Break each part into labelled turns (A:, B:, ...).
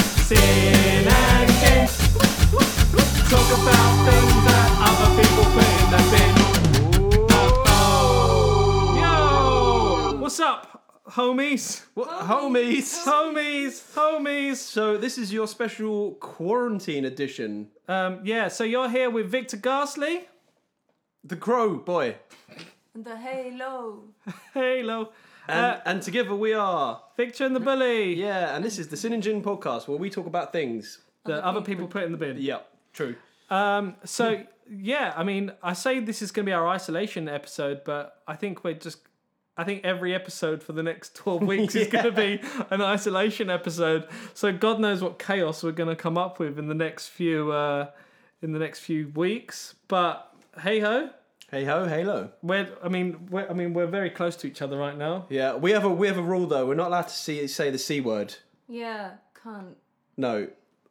A: sin and games. Talk about things that other people claim that's in. the phone. Yo! What's up? Homies, what, homies, homies, homies. So this is your special quarantine edition. Um, yeah. So you're here with Victor Garsley, the Crow Boy.
B: The halo.
A: Halo. Uh,
C: And, and together we are.
A: Victor and the Bully.
C: Yeah, and this is the Sin and Gin podcast where we talk about things.
A: That other people put in the bin.
C: Yeah, true.
A: Um, so yeah, I mean, I say this is going to be our isolation episode, but I think we're just. I think every episode for the next 12 weeks is going to be an isolation episode. So God knows what chaos we're going to come up with in the next few uh, in the next few weeks. But hey ho,
C: Hey ho, halo.
A: we're I mean we're, I mean we're very close to each other right now.
C: Yeah, we have a we have a rule though. We're not allowed to see, say the c word.
B: Yeah, can't.
C: No,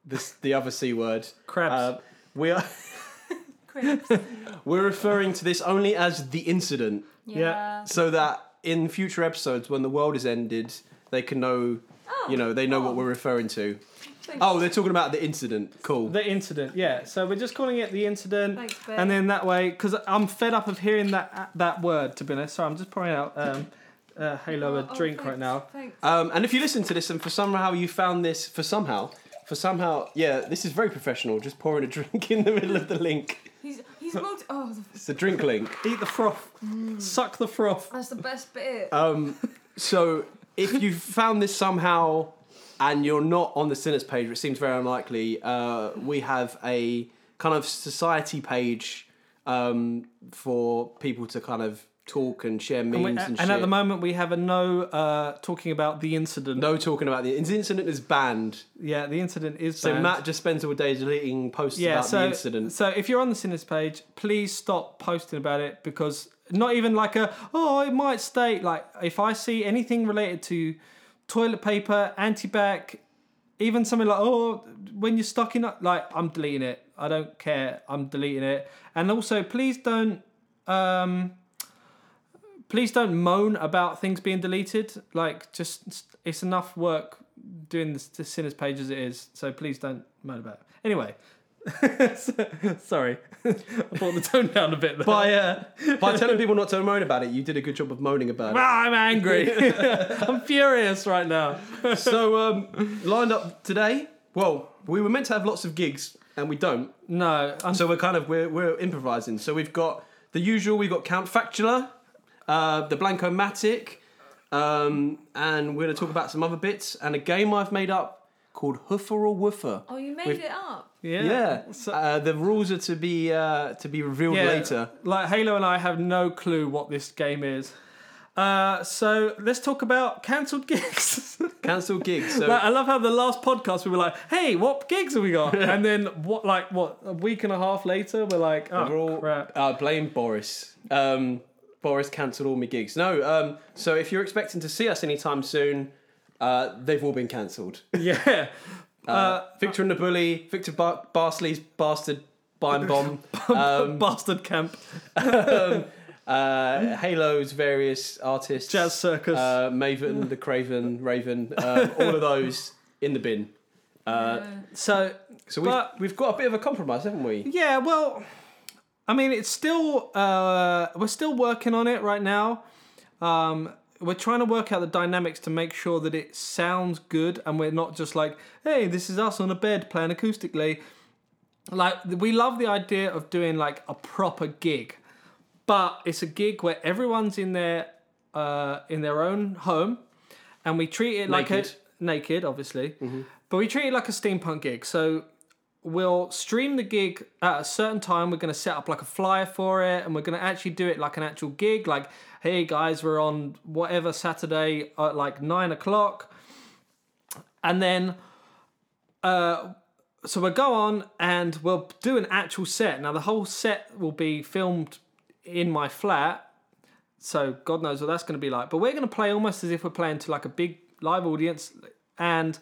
C: this the other c word.
A: Crabs.
C: Um, we are
B: Cribs.
C: we're referring to this only as the incident,
B: Yeah.
C: so that in future episodes when the world is ended, they can know.
B: Oh,
C: You know, they know what we're referring to. Oh, they're talking about the incident. Cool.
A: The incident, yeah. So we're just calling it the incident,
B: Thanks, babe.
A: and then that way, because I'm fed up of hearing that that word. To be honest, so I'm just pouring out um, uh, Halo a drink right now.
B: Oh, Thanks.
C: Um, and if you listen to this and for somehow you found this, for somehow, for somehow, yeah, this is very professional, just pouring a drink in the middle of the link.
B: He's he's multi. Oh, the-
C: It's the drink link.
A: Eat the froth, suck the froth.
B: that's the best bit.
C: Um, so if you found this somehow and you're not on the Sinners page, which seems very unlikely, uh, we have a kind of society page um, for people to kind of talk and share
A: And,
C: memes and,
A: we- and
C: shit.
A: at the moment, we have a no uh, talking about the incident.
C: no talking about the, the incident is banned.
A: Yeah, the incident is
C: So
A: banned.
C: Matt just spends all day deleting posts
A: yeah,
C: about
A: so
C: the incident.
A: so if you're on the sinners page, please stop posting about it because not even like a oh it might state like if I see anything related to toilet paper, anti-bac, even something like oh when you're stuck in a-" like I'm deleting it. I don't care. I'm deleting it. And also please don't um please don't moan about things being deleted. Like just it's enough work doing the, the sinners page as it is. So please don't moan about it. Anyway, Sorry, I brought the tone down a bit. There.
C: by uh, by telling people not to moan about it, you did a good job of moaning about it.
A: Ah, I'm angry. I'm furious right now.
C: So um, lined up today. Well, we were meant to have lots of gigs and we don't.
A: No, I'm
C: So we're kind of we're we're improvising. So we've got the usual. We've got Count Factula, uh, the Blanco Matic, um, and we're going to talk about some other bits and a game I've made up called Hoofer or Woofer.
B: oh, you made
C: we've-
B: it up.
A: yeah.
C: Yeah.
A: So-
C: uh, the rules are to be uh, to be revealed
A: yeah,
C: later.
A: Like Halo and I have no clue what this game is. Uh, so let's talk about cancelled gigs.
C: Cancel gigs. So
A: Like, I love how the last podcast we were like, "Hey, what gigs have we got?" and then what, like, what a week and a half later, we're like, "Oh
C: We're all-
A: crap."
C: Uh, blame Boris. Um, Boris cancelled all my gigs. No, um, so if you're expecting to see us anytime soon, uh, they've all been cancelled.
A: Yeah. Uh,
C: Victor and the Bully, Victor Bar- Barsley's bastard Bime Bomb, um,
A: Bastard Camp,
C: uh, Halo's various artists,
A: Jazz Circus.
C: uh, Maven, the Craven, Raven, um, all of those in the bin. Uh,
A: so
C: so we've,
A: But-
C: we've got a bit of a compromise, haven't we?
A: Yeah, well, I mean, it's still uh, we're still working on it right now. Um, we're trying to work out the dynamics to make sure that it sounds good, and we're not just like, "Hey, this is us on a bed playing acoustically." Like, we love the idea of doing like a proper gig, but it's a gig where everyone's in their uh, in their own home, and we treat it like
C: Naked.
A: a naked, obviously, but we treat it like a steampunk gig. So we'll stream the gig at a certain time. We're going to set up like a flyer for it, and we're going to actually do it like an actual gig. Like, hey guys, we're on whatever Saturday at like nine o'clock, and then. Uh, so we'll go on and we'll do an actual set. Now the whole set will be filmed in my flat, so God knows what that's going to be like. But we're going to play almost as if we're playing to like a big live audience, and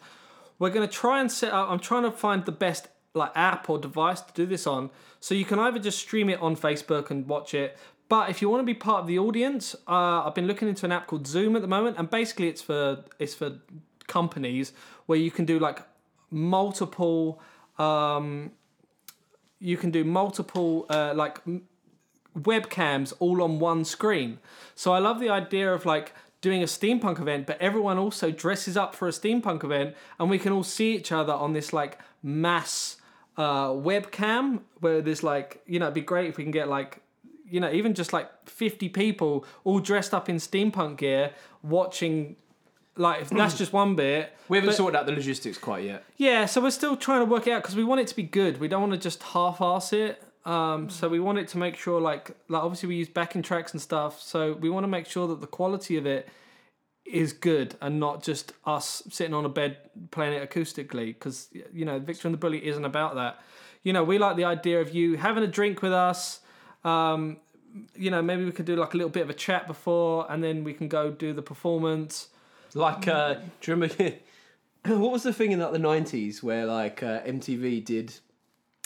A: we're going to try and set up. I'm trying to find the best like app or device to do this on, so you can either just stream it on Facebook and watch it. But if you want to be part of the audience, uh, I've been looking into an app called Zoom at the moment, and basically it's for it's for companies where you can do like multiple. Um, you can do multiple uh, like m- webcams all on one screen. So I love the idea of like doing a steampunk event, but everyone also dresses up for a steampunk event, and we can all see each other on this like mass uh, webcam where there's like you know it'd be great if we can get like you know even just like 50 people all dressed up in steampunk gear watching like if that's just one bit
C: We haven't
A: but-
C: sorted out the logistics quite yet.
A: yeah, so we're still trying to work it out because we want it to be good. We don't want to just half-ass it. Um, so we want it to make sure, like, like obviously we use backing tracks and stuff. So we want to make sure that the quality of it is good and not just us sitting on a bed playing it acoustically. Because you know, Victor and the Bully isn't about that. You know, we like the idea of you having a drink with us. Um, you know, maybe we could do like a little bit of a chat before, and then we can go do the performance.
C: Like, uh, do you remember what was the thing in like the nineties where like uh, MTV did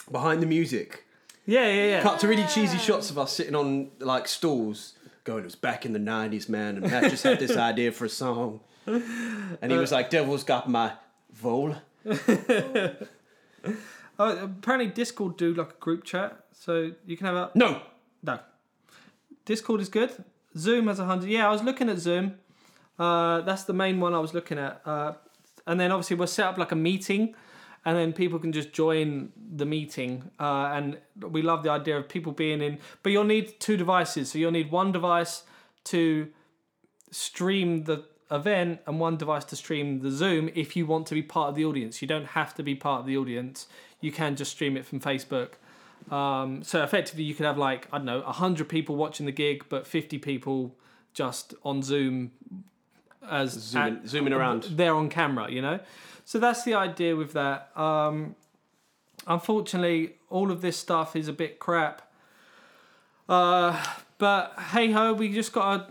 C: behind the music,
A: Yeah, yeah, yeah.
C: cut to really cheesy shots of us sitting on like stools, going, "It was back in the nineties, man," and Matt just had this idea for a song, and he was like, "Devil's got my vole."
A: Oh, apparently Discord do like a group chat, so you can have a
C: No,
A: no. Discord is good. Zoom has a hundred. Yeah, I was looking at Zoom. Uh, that's the main one I was looking at. Uh, and then obviously we'll set up like a meeting, and then people can just join the meeting. Uh, and we love the idea of people being in. But you'll need two devices, so you'll need one device to stream the event and one device to stream the Zoom if you want to be part of the audience. You don't have to be part of the audience. You can just stream it from Facebook. Um, so effectively, you could have like I don't know, hundred people watching the gig, but fifty people just on Zoom as
C: zooming, zooming around.
A: they're on camera, you know? So that's the idea with that. Um, unfortunately, all of this stuff is a bit crap. Uh, but hey ho, we just gotta.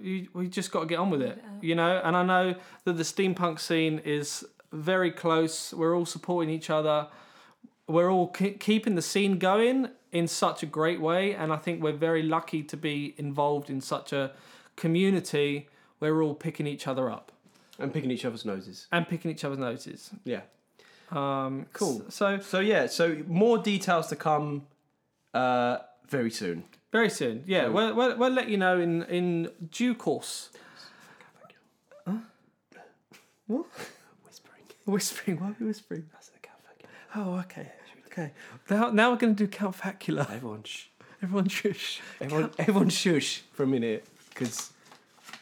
A: you- We just got to get on with it, you know. And I know that the steampunk scene is very close. We're all supporting each other. We're all ke- keeping the scene going in such a great way, and I think we're very lucky to be involved in such a community. where We're all picking each other up
C: and picking each other's noses.
A: and picking each other's noses.
C: Yeah.
A: Um,
C: Cool.
A: s- So
C: So yeah, so more details to come uh, very soon.
A: very soon, yeah,
C: Cool.
A: we'll, we'll, we'll let you know in in due course.
C: Whispering.
A: Whispering, why are we whispering?
C: That's the cat
A: Oh, okay, okay. Now, now we're going to do Count Facula.
C: Everyone, shh.
A: Everyone shush.
C: Everyone, everyone, shush for a minute, because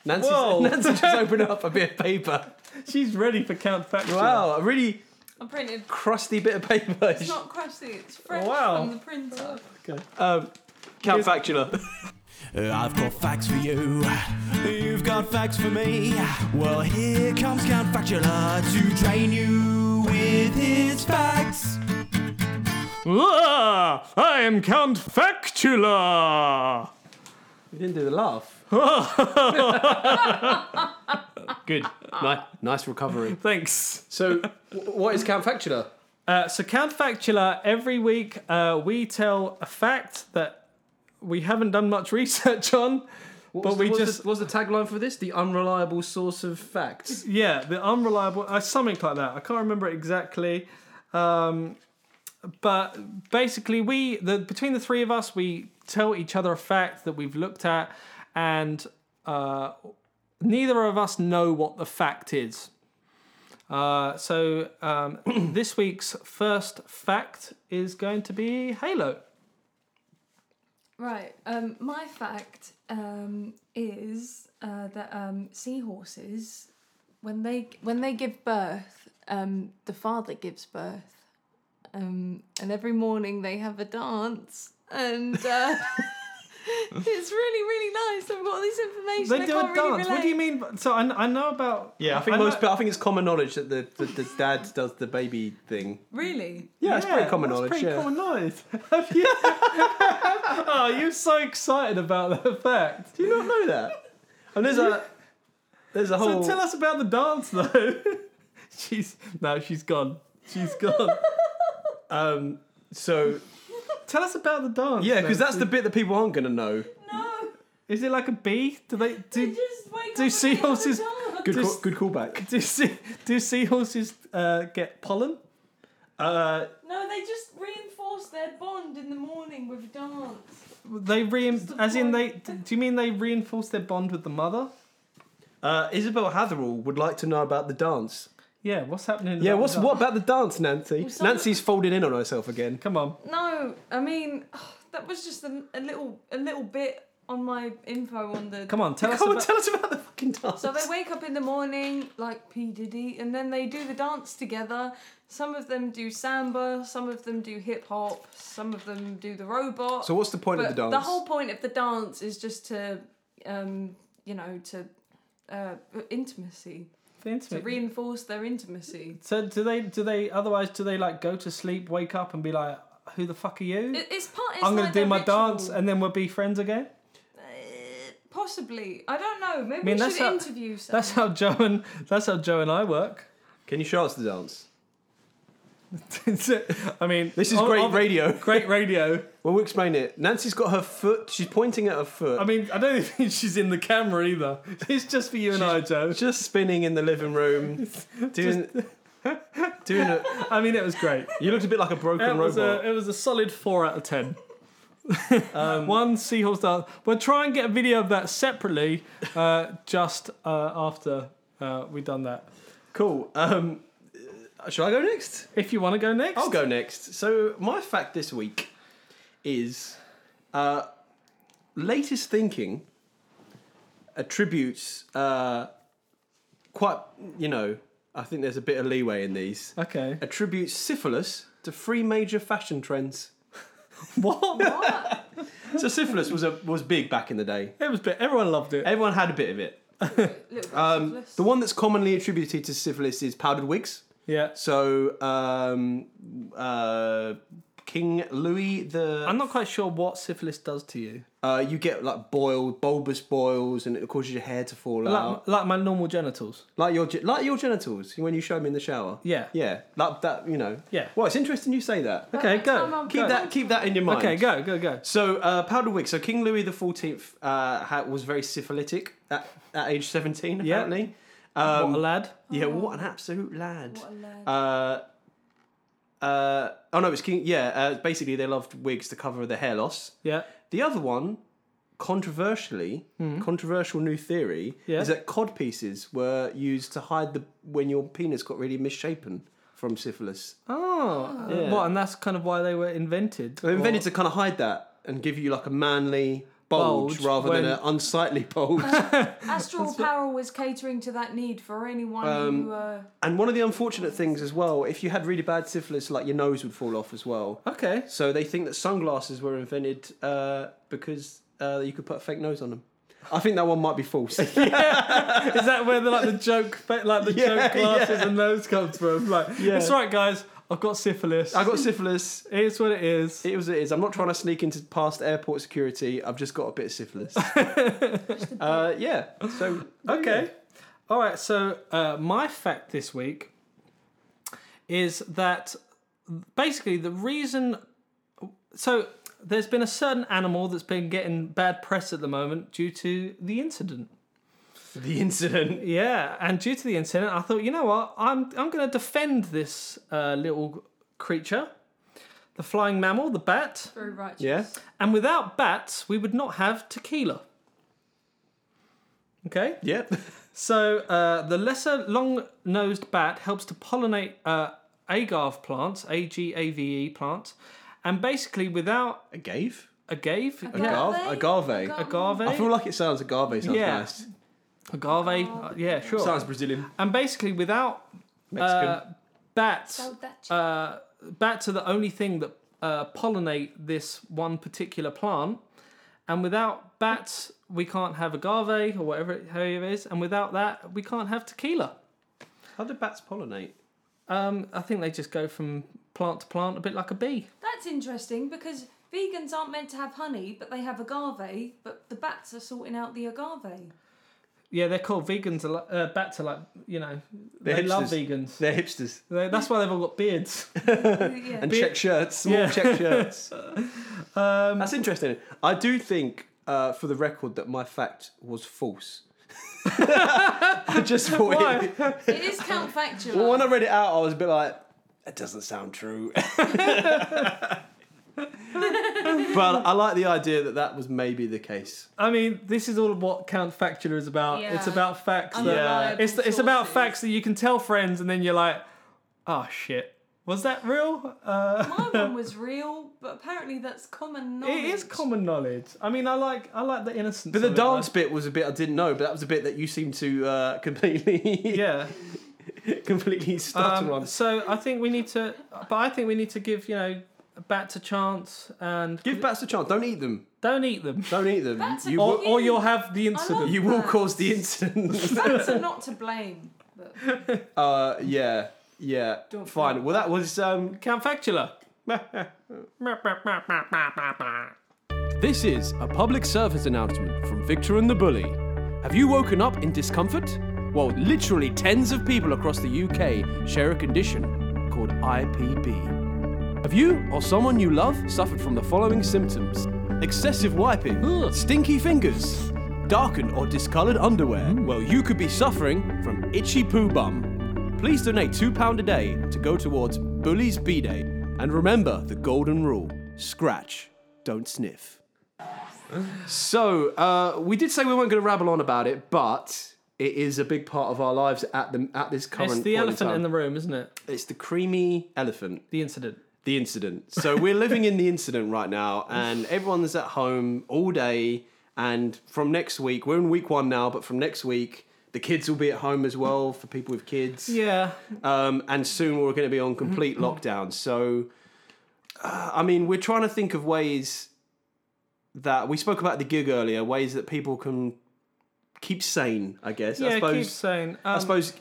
C: Nancy's,
A: Whoa.
C: Nancy just opened up a bit of paper.
A: She's ready for Count Facula.
C: Wow, a really
B: I printed.
C: crusty bit of paper.
B: It's not crusty. It's fresh
A: Wow.
B: from the printer.
C: Um, Count Factula.
D: I've got facts for you. You've got facts for me. Well, here comes Count Factula to drain you with his facts.
A: Ah, I am Count Facula.
C: You didn't do the laugh. Good. Nice, nice recovery.
A: Thanks.
C: So, w- what is Count Factula?
A: Uh, so Count Factula, every week uh, we tell a fact that we haven't done much research on, but we just
C: was the tagline for this the unreliable source of facts.
A: yeah, the unreliable, uh, something like that. I can't remember exactly, um, but basically, we the between the three of us, we tell each other a fact that we've looked at, and uh, neither of us know what the fact is. Uh, so um, this week's first fact is going to be Halo.
B: Right. Um, my fact um, is uh, that um, seahorses, when they when they give birth, um, the father gives birth, um, and every morning they have a dance, and uh, it's really really nice. I've got all this information.
A: They
B: I
A: do a
B: can't
A: dance.
B: really
A: what do you
B: relate.
A: mean? So I, I know about
C: Yeah, I think
A: know-
C: most. I think it's common knowledge that the, the, the dad does the baby thing.
B: Really?
C: Yeah, it's pretty common
A: that's
C: knowledge.
A: pretty
C: yeah.
A: common knowledge. Have you? oh, you're so excited about that fact.
C: Do you not know that? And there's a there's
A: So
C: a whole.
A: tell us about the dance, though. she's no, she's gone. She's gone.
C: um, so
A: tell us about the dance.
C: yeah, because
A: though.
C: that's the bit that people aren't gonna know.
B: No.
A: Is it like a bee? Do they
B: They
A: do?
B: just
A: do
B: wake up and they have a
A: seahorses-
B: dance.
C: Good,
A: Just-
C: call, good callback.
A: Do sea, do seahorses uh, get pollen? Uh,
B: No, they just reinforce their bond in the morning with dance.
A: they rein
B: What's the
A: as in they. Do you mean they reinforce their bond with the mother?
C: Uh, Isabel Hatherall would like to know about the dance.
A: Yeah. What's happening?
C: yeah,
A: about
C: what's
A: that?
C: what about the dance, Nancy?
B: Well, some-
C: Nancy's folded in on herself again.
A: Come on.
B: No, I mean that was just a, a little a little bit on my info on the.
A: Come on. Tell us
C: Come on,
A: about.
C: tell us about the fucking dance.
B: So they wake up in the morning like P Diddy, and then they do the dance together. Some of them do samba, some of them do hip hop, some of them do the robot.
C: So what's the point of
B: But
C: the dance?
B: whole point of the dance is just to, um, you know, to uh, intimacy, to
A: intimate.
B: reinforce their intimacy.
A: so do they? Do they? Otherwise, do they like go to sleep, wake up, and be like, "Who the fuck are you?
B: It, it's part. It's
A: I'm gonna
B: like
A: do
B: their
A: my
B: ritual.
A: dance, and then we'll be friends again."
B: Uh, possibly, I don't know. Maybe
A: mean,
B: we
A: that's
B: should
A: how-
B: interview. Some.
A: That's how Joe and that's how Joe and I work.
C: Can you show us the dance?
A: I mean,
C: This is
A: ob-
C: great
A: ob-
C: radio.
A: Great radio.
C: Well, we'll explain it. Nancy's got her foot. She's pointing at her foot.
A: I mean, I don't think she's in the camera either. It's just for you and I, Joe.
C: just spinning in the living room, doing, doing it.
A: I mean, it was great.
C: You looked a bit like a broken
A: It was,
C: robot. Um,
A: a, it was a solid four out of ten. One seahorse dance. We'll try and get a video of that separately, uh, just uh, after uh, we've done that.
C: Cool. Um, uh, shall I go next?
A: If you want to go next,
C: I'll go next. So my fact this week is uh, latest thinking attributes uh, quite you know I think there's a bit of leeway in these
A: Okay.
C: attributes syphilis to three major fashion trends.
A: What?
B: What?
C: So syphilis was a was big back in the day.
A: It was. Bit, everyone loved it.
C: Everyone had a bit of it.
B: Little
C: Um,
B: syphilis.
C: the one that's commonly attributed to syphilis is powdered wigs.
A: Yeah.
C: So um, uh, King Louis the
A: I'm not quite sure what syphilis does to you.
C: Uh, you get like boiled, bulbous boils, and it causes your hair to fall
A: Like,
C: out,
A: like my normal genitals.
C: like your ge- like your genitals when you show them in the shower.
A: Yeah.
C: yeah, like that. You know.
A: Yeah.
C: Well, it's interesting you say that.
B: But
A: okay,
B: next
A: go.
B: time I'm
C: Keep
B: going-
C: that keep that in your mind.
A: Okay, go, go, go.
C: So uh, powder wig. So King Louis the Fourteenth uh, ha- was very syphilitic at, at age seventeen.
A: Yeah.
C: Apparently. Um,
A: what a lad.
C: Yeah. What an absolute lad.
B: What a lad.
C: Uh, uh, oh no, it's King. Yeah. Uh, basically, they loved wigs to cover the hair loss.
A: Yeah.
C: The other one, controversially, controversial new theory
A: Yeah.
C: is that cod pieces were used to hide the when your penis got really misshapen from syphilis.
A: Oh.
C: Yeah.
A: Well, and that's kind of why they were invented.
C: They invented to kind of hide that and give you like a manly bulge,
A: Bulge
C: rather
A: when-
C: than an unsightly bulge.
B: Astral Power was catering to that need for anyone
C: Um,
B: who. Uh,
C: and one of the unfortunate things as well, if you had really bad syphilis, like your nose would fall off as well.
A: Or... Okay.
C: So they think that sunglasses were invented uh, because uh, you could put a fake nose on them. I think that one might be false.
A: Is that where the like the joke, fa- like the
C: Yeah,
A: joke glasses and those comes from? Like,
C: Yeah.
A: it's right, guys. I've got syphilis.
C: I got syphilis.
A: It's what it is.
C: It was it is. I'm not trying to sneak into past airport security. I've just got a bit of syphilis. uh, yeah. So
A: Okay. All right. So uh, my fact this week is that basically the reason. So there's been a certain animal that's been getting bad press at the moment due to the incident.
C: The incident.
A: Yeah, and due to the incident, I thought, you know what, I'm I'm going to defend this uh, little creature, the flying mammal, the bat.
B: very righteous.
C: Yeah.
A: And without bats, we would not have tequila. Okay.
C: Yep.
A: So uh, the lesser long-nosed bat helps to pollinate uh, agave plants, A G A V E plants, and basically without
C: Agave.
A: agave, yeah,
C: Agave. Agave. Oh.
A: agave,
C: I feel like it sounds agave. Sounds
A: Yeah.
C: nice.
A: agave, uh, yeah, sure.
C: Sounds Brazilian.
A: and basically without
C: Mexican.
A: uh, bats,
B: So that-
A: uh, bats are the only thing that uh, pollinate this one particular plant, and without bats we can't have agave or whatever it, however it is, and without that we can't have tequila.
C: How do bats pollinate?
A: Um, I think they just go from plant to plant, a bit like a bee.
B: That's interesting because vegans aren't meant to have honey, but they have agave. But the bats are sorting out the agave.
A: Yeah, they're called vegans. Are like, uh, bats are like you know they
C: hipsters.
A: love vegans.
C: They're hipsters
A: They, that's why they've all got beards.
B: yeah.
C: and
A: Be-
C: check shirts. Small
A: Yeah.
C: check shirts.
A: Um,
C: That's interesting. I do think, uh, for the record, that my fact was false. I just thought. it-
A: Why?
B: It is counterfactual.
C: well, when I read it out, I was a bit like, that doesn't sound true. but I like the idea that that was maybe the case.
A: I mean, this is all what counterfactual is about.
B: Yeah.
A: It's about facts that
B: Unreliable
A: it's it's about
B: sources.
A: facts that you can tell friends, and then you're like, oh shit, was that real? Uh,
B: My one was real, but apparently that's common knowledge.
A: it is common knowledge. I mean, I like I like the innocence.
C: But the
A: of it,
C: dance bit was a bit I didn't know, but that was a bit that you seemed to uh, completely,
A: like- yeah.
C: completely stutter
A: Um,
C: on.
A: so I think we need to, but I think we need to give you know Bats a chance and
C: Give bats a chance. Don't eat them.
A: don't eat them,
C: Don't eat them.
B: Bats are
C: you
A: or,
C: will,
B: cute.
A: or you'll have the
B: love-
A: incident.
C: you will
B: Bats.
C: cause the incident.
B: Bats are not to blame. But
C: uh, yeah, yeah.
B: Don't
C: Fine. Well, that was um.
A: Countfactula.
C: This is a public service announcement from Victor and the Bully. Have you woken up in discomfort? Well, literally tens of people across the UK share a condition called IPB. Have you or someone you love suffered from the following symptoms? Excessive wiping,
A: Ugh.
C: stinky fingers, darkened or discoloured underwear.
A: Hmm.
C: Well, you could be suffering from itchy poo bum. Please donate £2 a day to go towards Bully's B Day. And remember the golden rule scratch, don't sniff. So uh, we did say we weren't going to rabble on about it, but it is a big part of our lives at the at this current.
A: It's the
C: point
A: elephant
C: in,
A: in
C: time.
A: the room, isn't it?
C: It's the creamy elephant.
A: The incident.
C: The incident. So we're living in the incident right now, and everyone's at home all day. And from next week, we're in week one now, but from next week, the kids will be at home as well for people with kids.
A: Yeah.
C: Um, and soon we're going to be on complete lockdown. So, uh, I mean, we're trying to think of ways that we spoke about the gig earlier, ways that people can keep sane. I guess. I
A: Yeah,
C: suppose.
A: keep saying. Um,
C: I suppose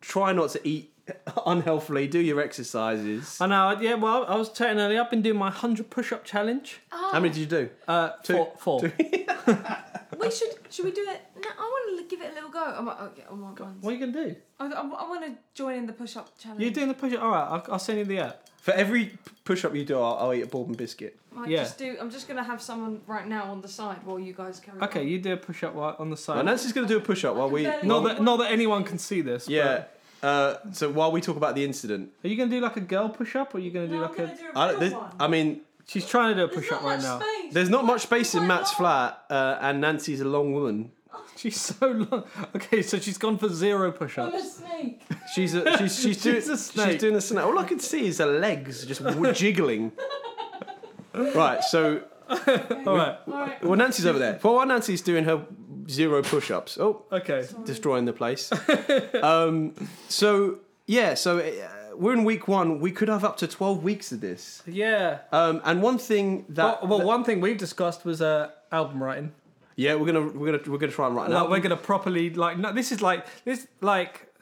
C: try not to eat unhealthily. Do your exercises.
A: I know. Yeah. Well, I was chatting earlier. I've been doing my hundred push-up challenge.
C: How many did you do?
A: Uh,
C: Two.
A: four. four.
B: we should. Should we do it? No, I want to give it a little go. I'm like, oh, yeah, I want ones.
A: What are you gonna do?
B: I, I, I want to join in the push-up challenge.
A: You're doing the push-up. All right. I'll, I'll send you the app.
C: For every push up you do, I'll, I'll eat a bourbon biscuit.
B: Might
A: yeah.
B: just do. I'm just gonna have someone right now on the side while you guys carry.
A: Okay.
B: On.
A: You do a push-up while- on the
C: Now,
A: side.
C: Nancy's going to do a push up while we.
B: Not
C: while
A: Not
C: we-
A: that. Not that anyone can see this. but-
C: Yeah. Uh, so while we talk about the incident,
A: Are you gonna do like a girl push-up, or are you gonna do
B: No, I'm
A: like
B: gonna
A: a?
B: do a
C: I, don't-
B: real
C: this,
B: one.
C: I mean,
A: She's trying to do a
B: There's
A: push-up
B: not
A: right
B: much
A: now.
B: space.
C: There's not much space in
B: Quite
C: Matt's
B: long.
C: flat, uh, and Nancy's a long woman.
A: She's so long. Okay, so she's gone for zero
B: I'm a
A: push-ups.
B: snake.
C: She's a, she's she's, doing,
A: She's a snake.
C: she's doing a snake. All I can see is her legs just w- jiggling. right, so
A: All right.
B: All right.
C: well Nancy's over there. Well, while Nancy's doing her zero push-ups, oh,
A: Okay.
C: destroying the place. um, so yeah, so uh, we're in week one. We could have up to twelve weeks of this.
A: Yeah.
C: Um, and one thing that
A: well, well, one thing we've discussed was uh, album writing.
C: yeah, we're gonna we're gonna we're gonna try and write an
A: like
C: album.
A: we're gonna properly like no this is like this like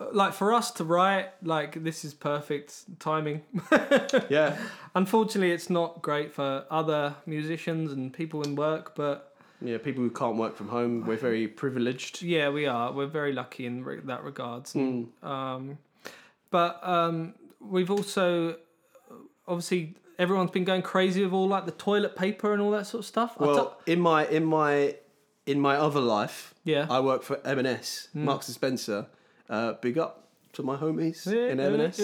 A: uh, like for us to write like this is perfect timing
C: Yeah,
A: unfortunately it's not great for other musicians and people in work but
C: yeah. People who can't work from home, we're very privileged.
A: yeah we are we're very lucky in re- that regards
C: Hmm.
A: and, um but um we've also uh, obviously everyone's been going crazy with all like the toilet paper and all that sort of stuff I don't-
C: Well, in my in my in my other life,
A: Yeah.
C: I work for M&S, Marks and Spencer. Uh, big up to my homies in M&S.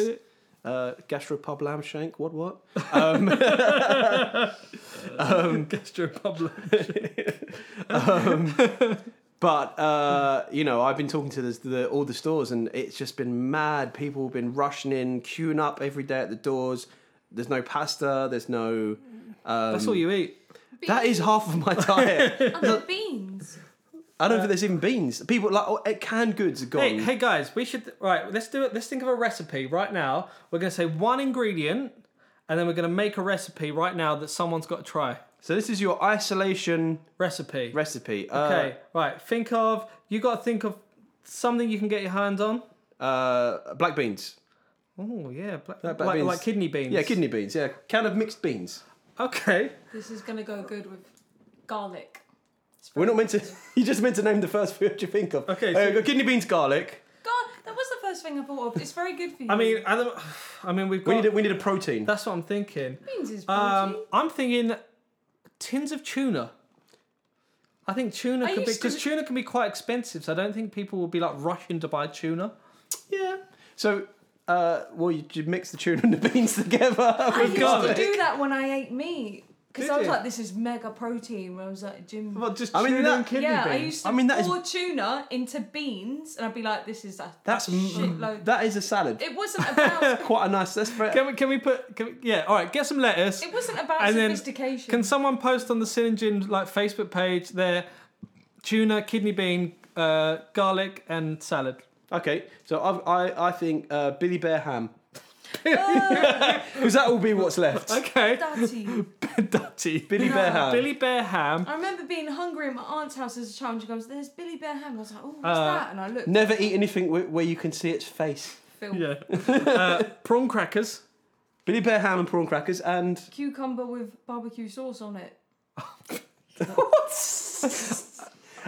C: Uh, Gastropub Lamb Shank, what what? Um,
A: Gastropub.
C: But uh, you know, I've been talking to the, the, all the stores, and it's just been mad. People have been rushing in, queuing up every day at the doors. There's no pasta. There's no. Um,
A: That's all you eat.
C: that is half of my diet.
B: Are there beans?
C: I don't think there's even beans. People like oh, eh, canned goods are gone.
A: Hey, hey guys, we should right. Let's do it. Let's think of a recipe right now. We're gonna say one ingredient, and then we're gonna make a recipe right now that someone's got to try.
C: So this is your isolation
A: Recipe.
C: recipe. Uh,
A: okay. Right. Think of you got to think of something you can get your hands on.
C: Uh, uh, black beans.
A: Oh yeah, black,
C: black
A: like,
C: beans.
A: like kidney beans.
C: Yeah, kidney beans. Yeah, can of mixed beans.
A: Okay.
B: This is gonna go good with garlic.
C: We're not meant to. you just meant to name the first food you think of.
A: Okay,
C: Uh,
A: so-
C: we've got kidney beans, garlic.
B: God, that was the first thing I thought of. It's very good for you.
A: I mean, I, don't- I mean we've got.
C: We need a, we need a protein.
A: that's what I'm thinking.
B: beans is
A: Um,
B: protein.
A: I'm thinking tins of tuna. I I think tuna
B: I
A: can be
B: used to-
A: because tuna can be quite expensive, so I don't think people will be like rushing to buy tuna.
C: Yeah. So, uh, well, you, you mix the tuna and the beans together.
B: I used
A: God.
B: to do that when I ate meat because
A: Did
B: I was
A: you?
B: like, this is mega protein. When I was at gym.
A: Well, just
C: I mean,
A: tuna
C: that-
A: and kidney
B: yeah, I
A: beans.
B: used to
C: I mean, that is-
B: pour tuna into beans, and I'd be like, "This is a
C: That's
B: shitload."
C: that is a salad.
B: it wasn't about.
C: Quite a nice. That's very.
A: Can we? Can we put? Can we, yeah. All right. Get some lettuce.
B: it wasn't about
A: And then
B: sophistication.
A: Can someone post on the Sinjin like Facebook page their tuna, kidney bean, uh, garlic, and salad?
C: Okay. So I've, I I think uh, Billy Bear Ham.
B: Oh,
C: Because that will be what's left.
A: Okay.
B: Daddy.
A: Dutty.
C: Billy Bear Ham.
A: Billy Bear Ham.
B: I remember being hungry at my aunt's house as a child. And she goes, "There's Billy Bear ham." I was like, "Oh, what's
A: Uh,
B: that?" And I looked.
C: Never eat anything where, where you can see its face.
B: Phil.
A: Yeah. Uh, prawn crackers.
C: Billy Bear Ham and prawn crackers and
B: Cucumber with barbecue sauce on it.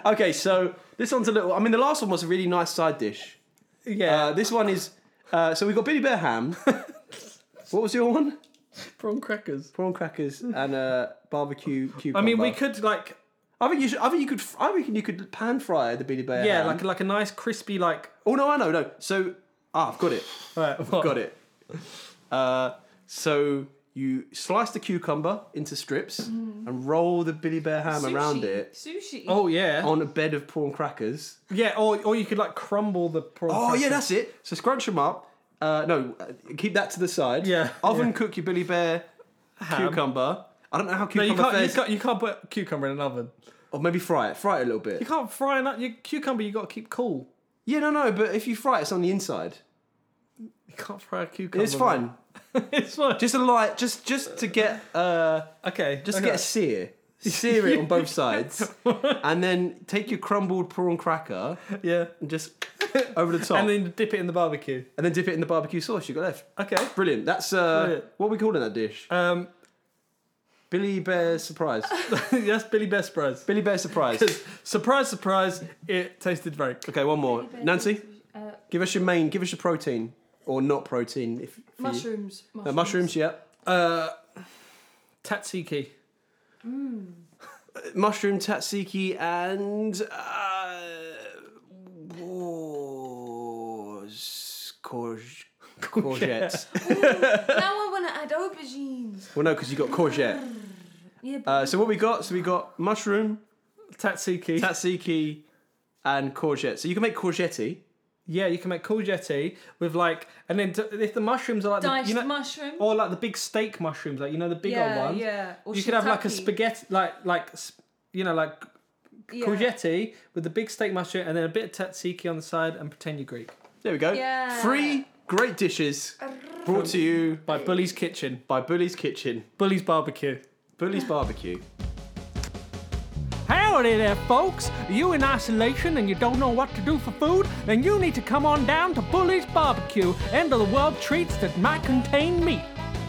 C: okay. So this one's a little. I mean, the last one was a really nice side dish.
A: Yeah.
C: Uh, this one is. Uh, so we got Billy Bear Ham. what was your one?
A: prawn crackers.
C: Prawn crackers and uh, barbecue cucumber.
A: I mean, we could like
C: I think you should. I think you could. I reckon you could pan fry the Billy Bear.
A: yeah,
C: ham.
A: like like a nice crispy like.
C: Oh no, I know, no. So ah, I've got it.
A: Right,
C: Got it. Uh, so you slice the cucumber into strips
A: Mm-hmm.
C: and roll the Billy Bear ham
B: Sushi.
C: around it
B: Sushi.
A: Oh yeah.
C: on a bed of prawn crackers.
A: Yeah. Or or you could like crumble the prawn.
C: Oh
A: crackers.
C: yeah, that's it. So scrunch them up. Uh, no, uh, keep that to the side.
A: Yeah,
C: Oven
A: yeah.
C: cook your Billy Bear
A: Ham.
C: cucumber. I don't know how
A: No,
C: cucumber
A: you can't, you
C: fares.
A: can't. You can't put cucumber in an oven.
C: Or maybe fry it. Fry it a little
A: You
C: bit.
A: can't fry an your cucumber. You got to keep cool.
C: Yeah, no, no. But if you fry it, it's on the inside.
A: You can't fry a cucumber.
C: It's fine.
A: it's fine.
C: Just a light. Just just to get. Uh,
A: okay.
C: Just
A: okay.
C: get a sear. Sear it on both sides. and then take your crumbled prawn cracker
A: yeah.
C: and just over the top.
A: And then dip it in the barbecue.
C: dip it in the barbecue sauce you got left.
A: Okay.
C: Brilliant. That's uh,
A: Brilliant.
C: what we calling that dish?
A: Um,
C: Billy Bear surprise.
A: that's Billy Best surprise.
C: Billy Bear surprise.
A: Surprise, surprise! It tasted very. good.
C: Okay, one more. Nancy,
B: Uh,
C: give us your main. Give us your protein or not protein if for you.
B: mushrooms.
C: Uh, mushrooms. Yeah.
A: Uh, tatsiki.
C: Mushroom tatsiki and. Uh, whoa, s- courge- courgettes.
B: now I want to add aubergines.
C: Well, no, because you got courgette.
B: Yeah, but
C: Uh, so what we got? So we got mushroom,
A: Tatsiki.
C: tatsiki, and courgette. So you can make courgette.
A: yeah, you can make courgette with like, and then t- if the mushrooms are like, the,
B: diced
A: you know,
B: mushroom.
A: or like the big steak mushrooms, like you know the big
B: yeah,
A: old ones.
B: yeah. Or
A: you could have like a
B: shiitake.
A: spaghetti, like like s- you know like
B: Yeah.
A: courgette with the big steak mushroom, and then a bit of tatsiki on the side, and pretend you're Greek
C: There we go.
B: Yeah.
C: Three great dishes brought to you
A: by Bully's Kitchen,
C: by Bully's Kitchen,
A: Bully's Barbecue.
C: Bully's Barbecue.
A: Howdy there, folks. Are you in isolation and you don't know what to do for food? Then you need to come on down to Bully's Barbecue, end of the world treats that might contain meat.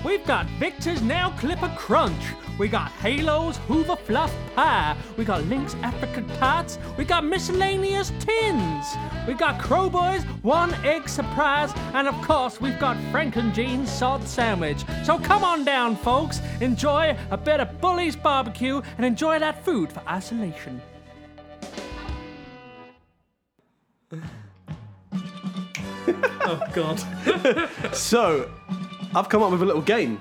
A: We've got Victor's Nail Clipper Crunch. We got Halo's Hoover Fluff Pie. We got Link's Africa Tarts. We got miscellaneous tins. We got Crowboy's One Egg Surprise. And of course, we've got Frank and Jean's Salt Sandwich. So come on down, folks. Enjoy a bit of Bully's Barbecue and enjoy that food for isolation. oh, God.
C: So I've come up with a little game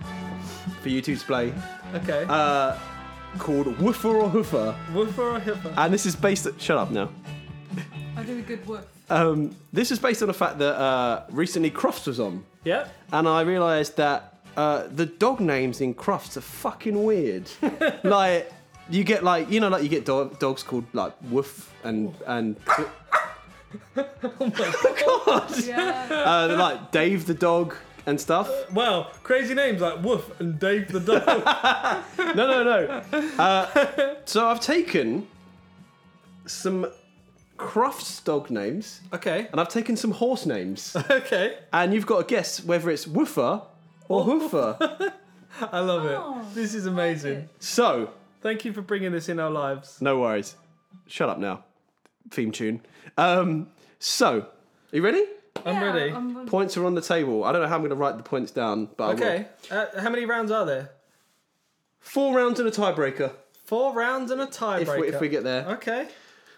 C: for you two to play
A: Okay.
C: uh, called Woofer or Hoofer,
A: Woofer or hipper?
C: and this is based. Shut up now.
B: I do a good woof.
C: Um, this is based on the fact that uh, recently Crofts was on.
A: Yep.
C: and I realised that uh, the dog names in Crufts are fucking weird. like you get like you know like you get dog, dogs called like Woof and and
B: Yeah.
C: uh, they're like Dave the dog and stuff.
A: Wow, crazy names like Woof and Dave the Dog.
C: No no no. Uh, so I've taken some Crufts dog names
A: okay.
C: and I've taken some horse names,
A: Okay.
C: and you've got to guess whether it's Woofer or Hoofer.
A: I love it.
B: Oh,
A: this is amazing.
C: so
A: Thank you for bringing this in our lives.
C: no worries. Shut up now. Theme tune. Um, so are you ready?
A: I'm
B: Yeah,
A: ready.
B: I'm- um,
C: Points are on the table. I don't know how I'm going to write the points down, but I will.
A: okay. Uh, how many rounds are there?
C: Four rounds and a tiebreaker.
D: Four rounds and a tiebreaker.
C: If we, if we get there.
D: Okay.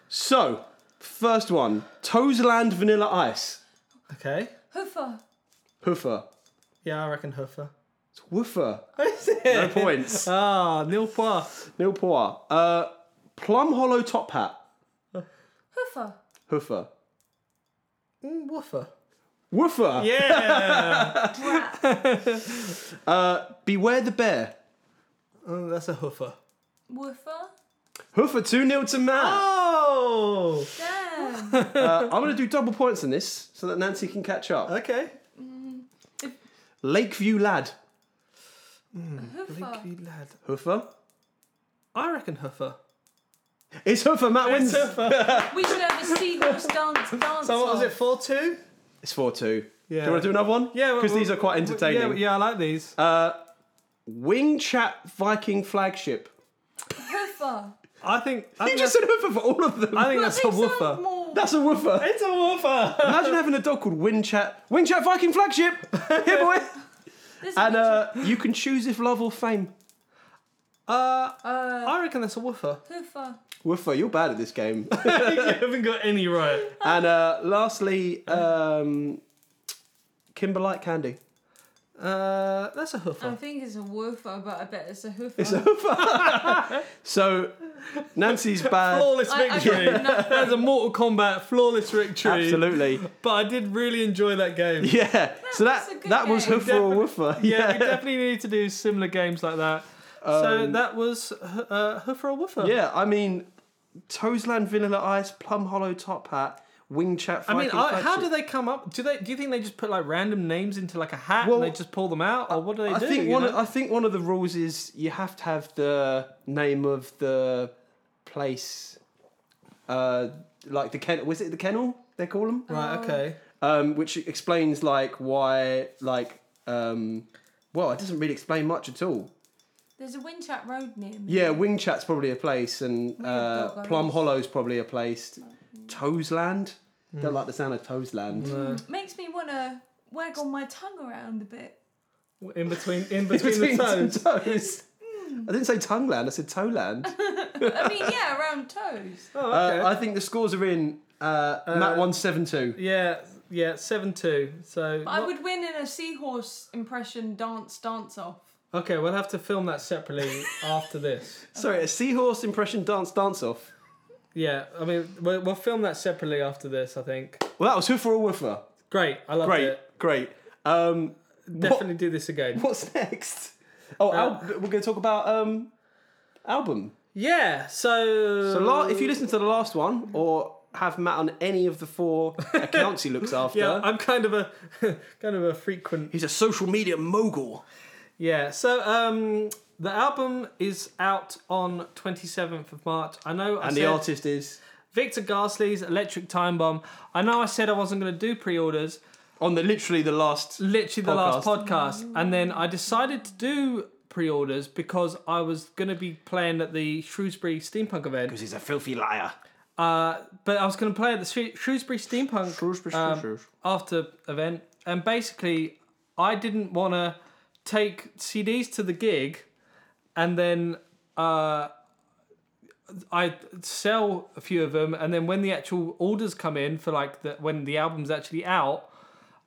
C: So, first one Toesland Vanilla Ice.
D: Okay.
B: Hoofer.
C: Hoofer.
D: Yeah, I reckon Hoofer.
C: It's woofer.
D: Is it?
C: No points.
D: Ah, nil poir.
C: Nil Poir. Uh, Plum Hollow Top Hat.
B: Hoofer.
C: Hoofer.
D: Mm, woofer.
C: Woofer.
D: Yeah.
B: Brat.
C: Uh, Beware the Bear.
D: oh, that's a Hoofer.
B: Woofer.
C: Hoofer 2 0 to Matt.
D: Oh.
B: Damn.
C: Uh, I'm going to do double points in this so that Nancy can catch up.
D: Okay.
C: Lakeview Lad.
B: Hoofer.
D: Blinky lad.
C: Hoofer.
D: I reckon Hoofer.
C: It's Hoofer. Matt wins.
B: We should have a seahorse dance dance.
D: So what was
B: off.
D: it? Four two.
C: It's 4 2.
D: Yeah.
C: Do you want to do another one?
D: Yeah, well,
C: Because these
D: well,
C: are quite entertaining.
D: Yeah, yeah, I like these.
C: Wing Chat Viking Flagship.
B: Hoofer.
D: I think. I
C: You
D: think
C: just
D: that's,
C: said Hoofer for all of them.
D: I think
B: Well,
D: that's a
B: I think
D: woofer.
B: some more-
C: That's a woofer.
D: It's a woofer.
C: Imagine having a dog called Wing Chat. Wing Chat Viking Flagship. Here, boy.
B: There's
C: And
B: a bunch
C: uh, you can choose if love or fame.
D: Uh,
B: of- uh,
D: I reckon that's a woofer.
B: Hoofer.
C: Woofer, you're bad at this game.
D: you haven't got any right.
C: and uh, lastly, um, Kimberlite Candy.
D: Uh, that's a
A: Oh.
B: I
D: hoofer.
B: think it's a woofer, but I bet it's a hoofer.
C: It's a woofer. so Nancy's bad.
D: Flawless
B: I- I
D: victory.
B: don't know.
D: That's a Mortal Kombat flawless victory.
C: Absolutely.
D: But I did really enjoy that game.
C: Yeah. so that
B: was a good
C: that was
B: game.
C: Hoofer or Woofer.
D: Yeah, we definitely need to do similar games like that. so that was uh, Hoofer or Woofer.
C: Um, Yeah, I mean, Toesland Vanilla Ice, Plum Hollow Top Hat, Wing Chat.
D: I mean,
C: Viking
D: I, how
C: Flagship.
D: do they come up? Do they? Do you think they just put like random names into like a hat
C: Well,
D: and they just pull them out, or what do they
C: I
D: do?
C: think
D: you
C: one.
D: know?
C: Of, I think one of the rules is you have to have the name of the place, uh, like the kennel. Was it the kennel they call them?
D: right. Okay.
C: Um, which explains like why like um, well, it doesn't really explain much at all.
B: There's a Winchat Road near me.
C: Yeah, Wing Chat's probably a place, and uh,
B: dog, I
C: Plum
B: guess.
C: Hollow's probably a place. Toesland. Don't like the sound of Toesland.
B: Makes me want to waggle my tongue around a bit.
D: In between, in between,
C: Uh, Between
D: the toes.
C: some toes.
B: Hmm.
C: I didn't say Tongueland. I said Toeland.
B: I mean, yeah, around toes.
D: Oh, okay.
C: Uh, I think the scores are in. Uh, Matt won seven two.
D: yeah, yeah, seven two. So
B: But I
D: not-
B: would win in a seahorse impression dance dance off.
D: okay, we'll have to film that separately after this.
C: Sorry, a seahorse impression dance dance off.
D: Yeah, I mean, we'll, we'll film that separately after this. I think.
C: Well, that was Hoofer or Woofer.
D: Great, I loved
C: Great,
D: it.
C: great. Um,
D: Definitely do this again.
C: what's next? Oh, al- we're going to talk about um, album.
D: Yeah. So.
C: So, la- if you listen to the last one or have Matt on any of the four accounts he looks after,
D: Yeah, I'm kind of a kind of a frequent
C: he's a social media mogul.
D: Yeah, so um the album is out on 27th of March. I know I
C: And
D: said
C: the artist is
D: Victor Garsley's Electric Time Bomb. I know I said I wasn't going to do pre-orders,
C: on the literally the last.
D: literally the last podcast, and then I decided to do pre-orders because I was going to be playing at the Shrewsbury Steampunk event.
C: He's a filthy liar.
D: Uh, but I was going to play at the Shrew- Shrewsbury Steampunk
C: Shrewsbury,
D: um,
C: Shrewsbury.
D: after event, and basically, I didn't want to take CDs to the gig, and then uh, I sell a few of them, and then when the actual orders come in for like the, when the album's actually out,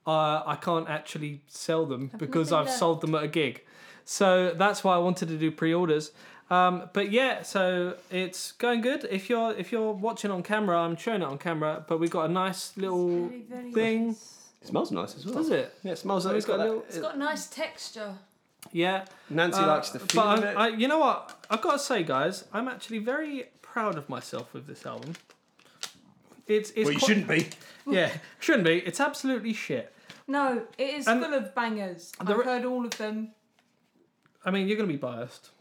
D: uh, I can't actually sell them because
B: nothing
D: I've
B: left.
D: sold them at a gig. So that's why I wanted to do pre-orders. Um, but yeah, so it's going good. If you're if you're watching on camera, I'm showing it on camera. But we've got a nice little
B: Very, very
D: thing.
B: nice.
C: It smells nice as well.
D: Does it?
C: Yeah, it smells like
D: it's
C: it's got,
D: got a
C: that-
D: little-
B: It's got nice texture.
D: Yeah.
C: Nancy
D: Uh,
C: likes the feel
D: but
C: of
D: I,
C: it.
D: I, you know what? I've got to say, guys, I'm actually very proud of myself with this album. It's, it's quite-
C: be.
D: Yeah, shouldn't be. It's absolutely shit.
B: No, it is
D: And-
B: full of bangers. I've
D: The re-
B: heard all of them.
D: I mean, you're gonna be biased,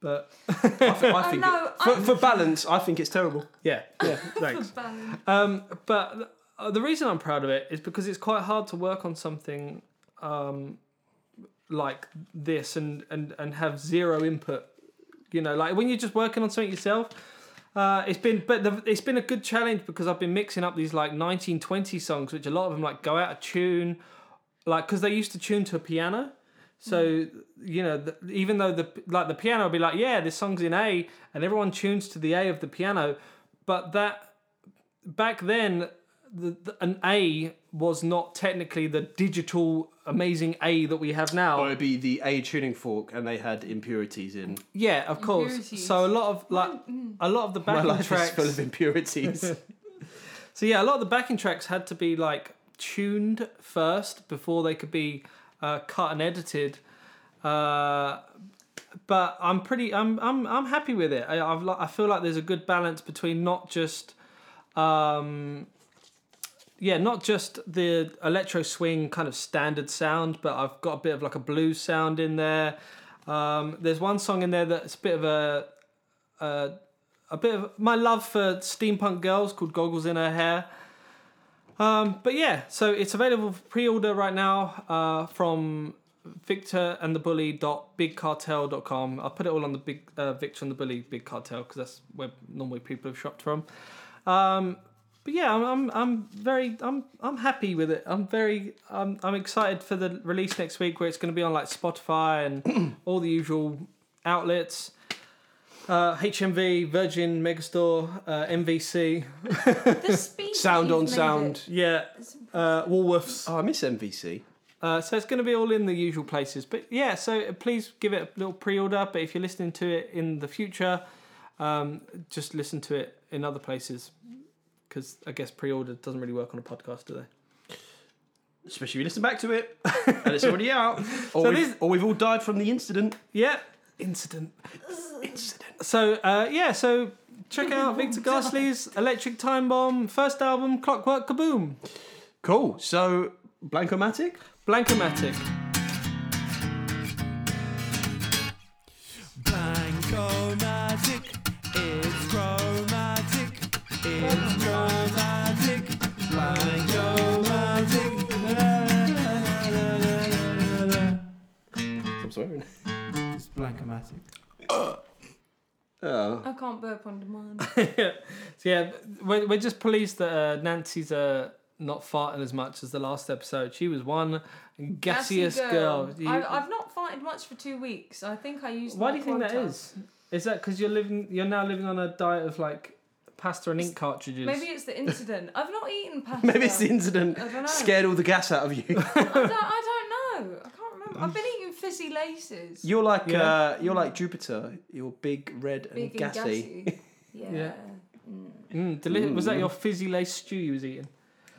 D: but
C: I think, I
B: Oh,
C: think
B: no,
C: it, for,
B: I'm-
C: for balance, I think it's terrible.
D: yeah, yeah. Thanks.
B: Bang.
D: Um, but uh, the reason I'm proud of it is because it's quite hard to work on something um, like this and, and, and have zero input. You know, like when you're just working on something yourself, uh, it's been but the, it's been a good challenge because I've been mixing up these like 1920 songs, which a lot of them like go out of tune, like because they used to tune to a piano. So you know, the, even though the like the piano will be like, yeah, this song's in A, and everyone tunes to the A of the piano, but that back then, the, the, an A was not technically the digital amazing A that we have now.
C: Or it'd be the A tuning fork, and they had impurities in.
D: Yeah, of course.
B: Impurities.
D: So a lot of like a lot of the
C: My
D: backing
C: life
D: tracks.
C: is full of impurities.
D: So yeah, a lot of the backing tracks had to be like tuned first before they could be uh, cut and edited. Uh, but I'm pretty, I'm, I'm, I'm happy with it. I, I've, li- I feel like there's a good balance between not just, um, yeah, not just the electro swing kind of standard sound, but I've got a bit of like a blues sound in there. Um, there's one song in there that's a bit of a, a a bit of my love for steampunk girls called Goggles in Her Hair. Um, but yeah, so it's available for pre-order right now uh, from Victor and the victorandthebully.bigcartel.com. I'll put it all on the big uh, Victor and the Bully Big Cartel because that's where normally people have shopped from. Um, but yeah, I'm, I'm I'm very I'm I'm happy with it. I'm very I'm I'm excited for the release next week where it's going to be on like Spotify and all the usual outlets. Uh, HMV, Virgin Megastore, uh, MVC,
B: The speed
C: sound
B: that
C: on
B: you've made
C: sound.
B: it
D: yeah,
B: is
D: uh, Woolworths.
C: Oh, I miss MVC.
D: Uh, so it's going to be all in the usual places. But yeah, so please give it a little pre-order. But if you're listening to it in the future, um, just listen to it in other places because I guess pre-order doesn't really work on a podcast, do they?
C: Especially if you listen back to it and it's already out. Or,
D: So
C: we've,
D: this-
C: or we've all died from the incident.
D: Yeah, incident. Incident. So uh, yeah, so check out Victor Garsley's Electric Time Bomb first album, Clockwork Kaboom,
C: Cool. So, Blankomatic?
D: Blankomatic.
E: Blancomatic, it's chromatic, it's chromatic, blancomatic. La, la, la, la, la, la, la.
C: I'm sorry. Uh,
E: It's blancomatic.
C: Oh.
B: I can't burp on demand.
D: yeah. So yeah, we're, we're just pleased that uh, Nancy's uh, not farting as much as the last episode. She was one gaseous girl. You-
B: I, I've not farted much for two weeks. I think I used.
D: why
B: my
D: do you think that
B: quota.
D: is? Is that because you're living? You're now living on a diet of like pasta and ink cartridges.
B: Maybe it's the incident. I've not eaten pasta.
C: Maybe it's the incident
B: I don't know.
C: scared all the gas out of you.
B: I don't, I don't know. I can't remember. I've been eating fizzy laces.
C: You're like
D: Yeah.
C: uh, you're like Jupiter. You're big, red, and
B: big
C: gassy.
B: and gassy. Yeah.
D: Yeah.
B: Yeah.
D: Mm, deli- Was that your fizzy lace stew you was eating?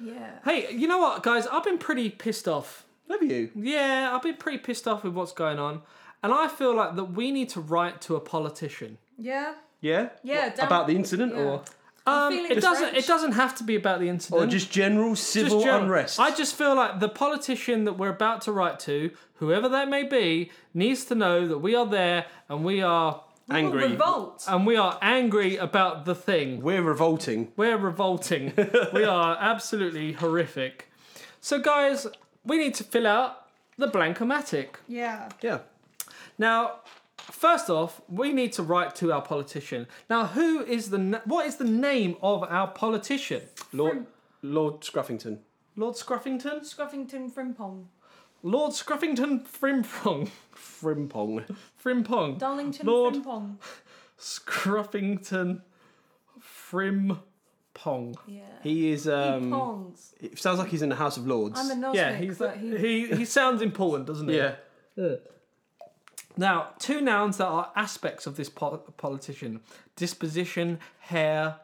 B: yeah.
D: Hey, you know what, guys? I've been pretty pissed off
C: Love you.
D: Yeah, I've been pretty pissed off with what's going on. And I feel like that we need to write to a politician.
B: Yeah.
C: Yeah.
B: Yeah,
C: What,
B: damn-
C: about the incident,
B: yeah.
C: or
B: I'm
D: Um,
B: feeling
D: it doesn't. It
B: French.
D: doesn't have to be about the incident.
C: or just general
D: Just
C: civil
D: general-
C: unrest.
D: I just feel like the politician that we're about to write to, whoever that may be, needs to know that we are there and we are
C: angry.
B: Revolt.
D: and we are angry about the thing.
C: We're revolting.
D: We're revolting. we are absolutely horrific. So, guys, we need to fill out the blankomatic.
B: yeah.
C: Yeah.
D: Now, first off, we need to write to our politician. Now, who is the na- what is the name of our politician?
C: Lord Lord Scruffington.
D: Lord Scruffington.
B: Scruffington Frimpong.
D: Lord Scruffington Frimpong.
C: Frimpong.
D: Frimpong.
B: Darlington
D: Lord
B: Frimpong.
D: Scruffington Frimpong.
B: Yeah.
C: He is.
B: He
C: Um,
B: pongs.
C: It sounds like he's in the House of Lords.
B: I'm a Nosnick,
D: Yeah, he's
B: but he,
D: he he sounds important, doesn't he?
C: yeah.
D: Now, two nouns that are aspects of this po- politician: disposition, hair.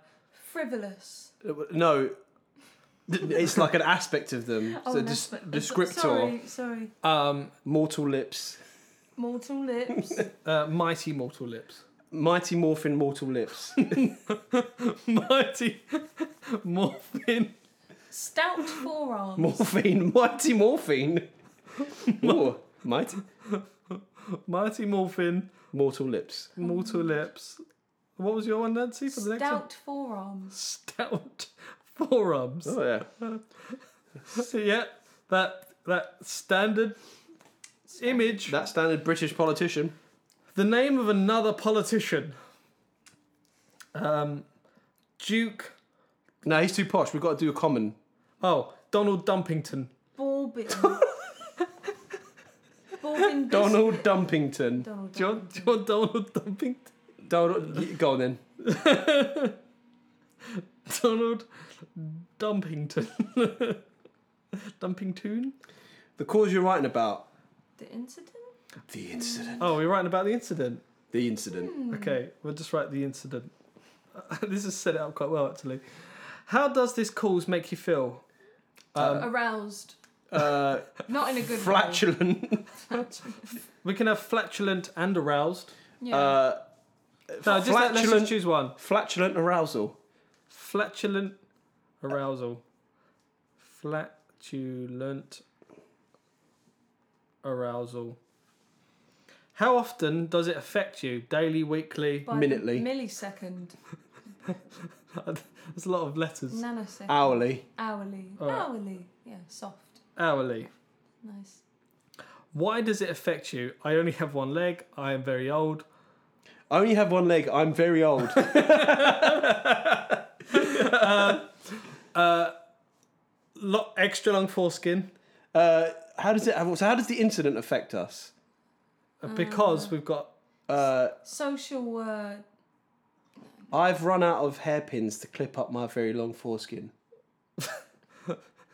B: frivolous.
C: No. It's like an aspect of them.
B: Oh,
C: so
B: an
C: des-
B: aspect-
C: descriptor,
B: Sorry, sorry.
D: Um,
C: mortal lips,
B: Mortal lips.
D: uh, mighty mortal lips.
C: mighty morphin mortal lips.
D: Mighty morphin.
B: Stout forearms.
C: Morphine, mighty morphine. Ooh, mighty
D: Mighty Morphin,
C: mortal lips.
D: Mortal Lips. What was your one, Nancy? For the next one?
B: Stout forearms.
D: Stout forearms.
C: Oh yeah.
D: So, yeah, that that standard image.
C: That standard British politician.
D: the name of another politician. Um, Duke.
C: No, he's too posh. We've got to do a common.
D: Oh, Donald Dumpington.
B: Ball bit. Baldwin
C: Donald
B: Donald.
C: Dumpington.
B: Donald.
D: John, John Donald Dumpington.
C: Donald, y- go on then.
D: Donald Dumpington. Dumpington?
C: The cause you're writing about.
B: The incident.
C: The incident.
D: Oh, we're writing about the incident.
C: The incident.
D: Okay, we'll just write the incident. this has set it up quite well, actually. How does this cause make you feel?
B: Aroused.
C: Uh,
B: Not in a good way.
C: Um, flatulent.
D: We can have flatulent and aroused.
B: Yeah.
C: Uh,
D: No, just let, let's just
C: Flatulent.
D: choose one.
C: flatulent arousal.
D: Flatulent arousal. Flatulent arousal. How often does it affect you? Daily, weekly?
B: By
C: minutely.
B: The millisecond.
D: There's a lot of letters.
B: Nanosecond.
D: Ah.
C: Hourly.
B: Hourly.
D: Alright.
B: Hourly. Yeah. Soft.
D: Hourly.
B: Nice.
D: Why does it affect you? I only have one leg. I am very old.
C: I only have one leg. I'm very old.
D: Lot extra long foreskin
C: uh, how does it have, so how does the incident affect us?
D: uh,
B: Mm.
D: because we've got
C: Uh,
B: Social. Uh,
C: I've run out of hairpins to clip up my very long foreskin.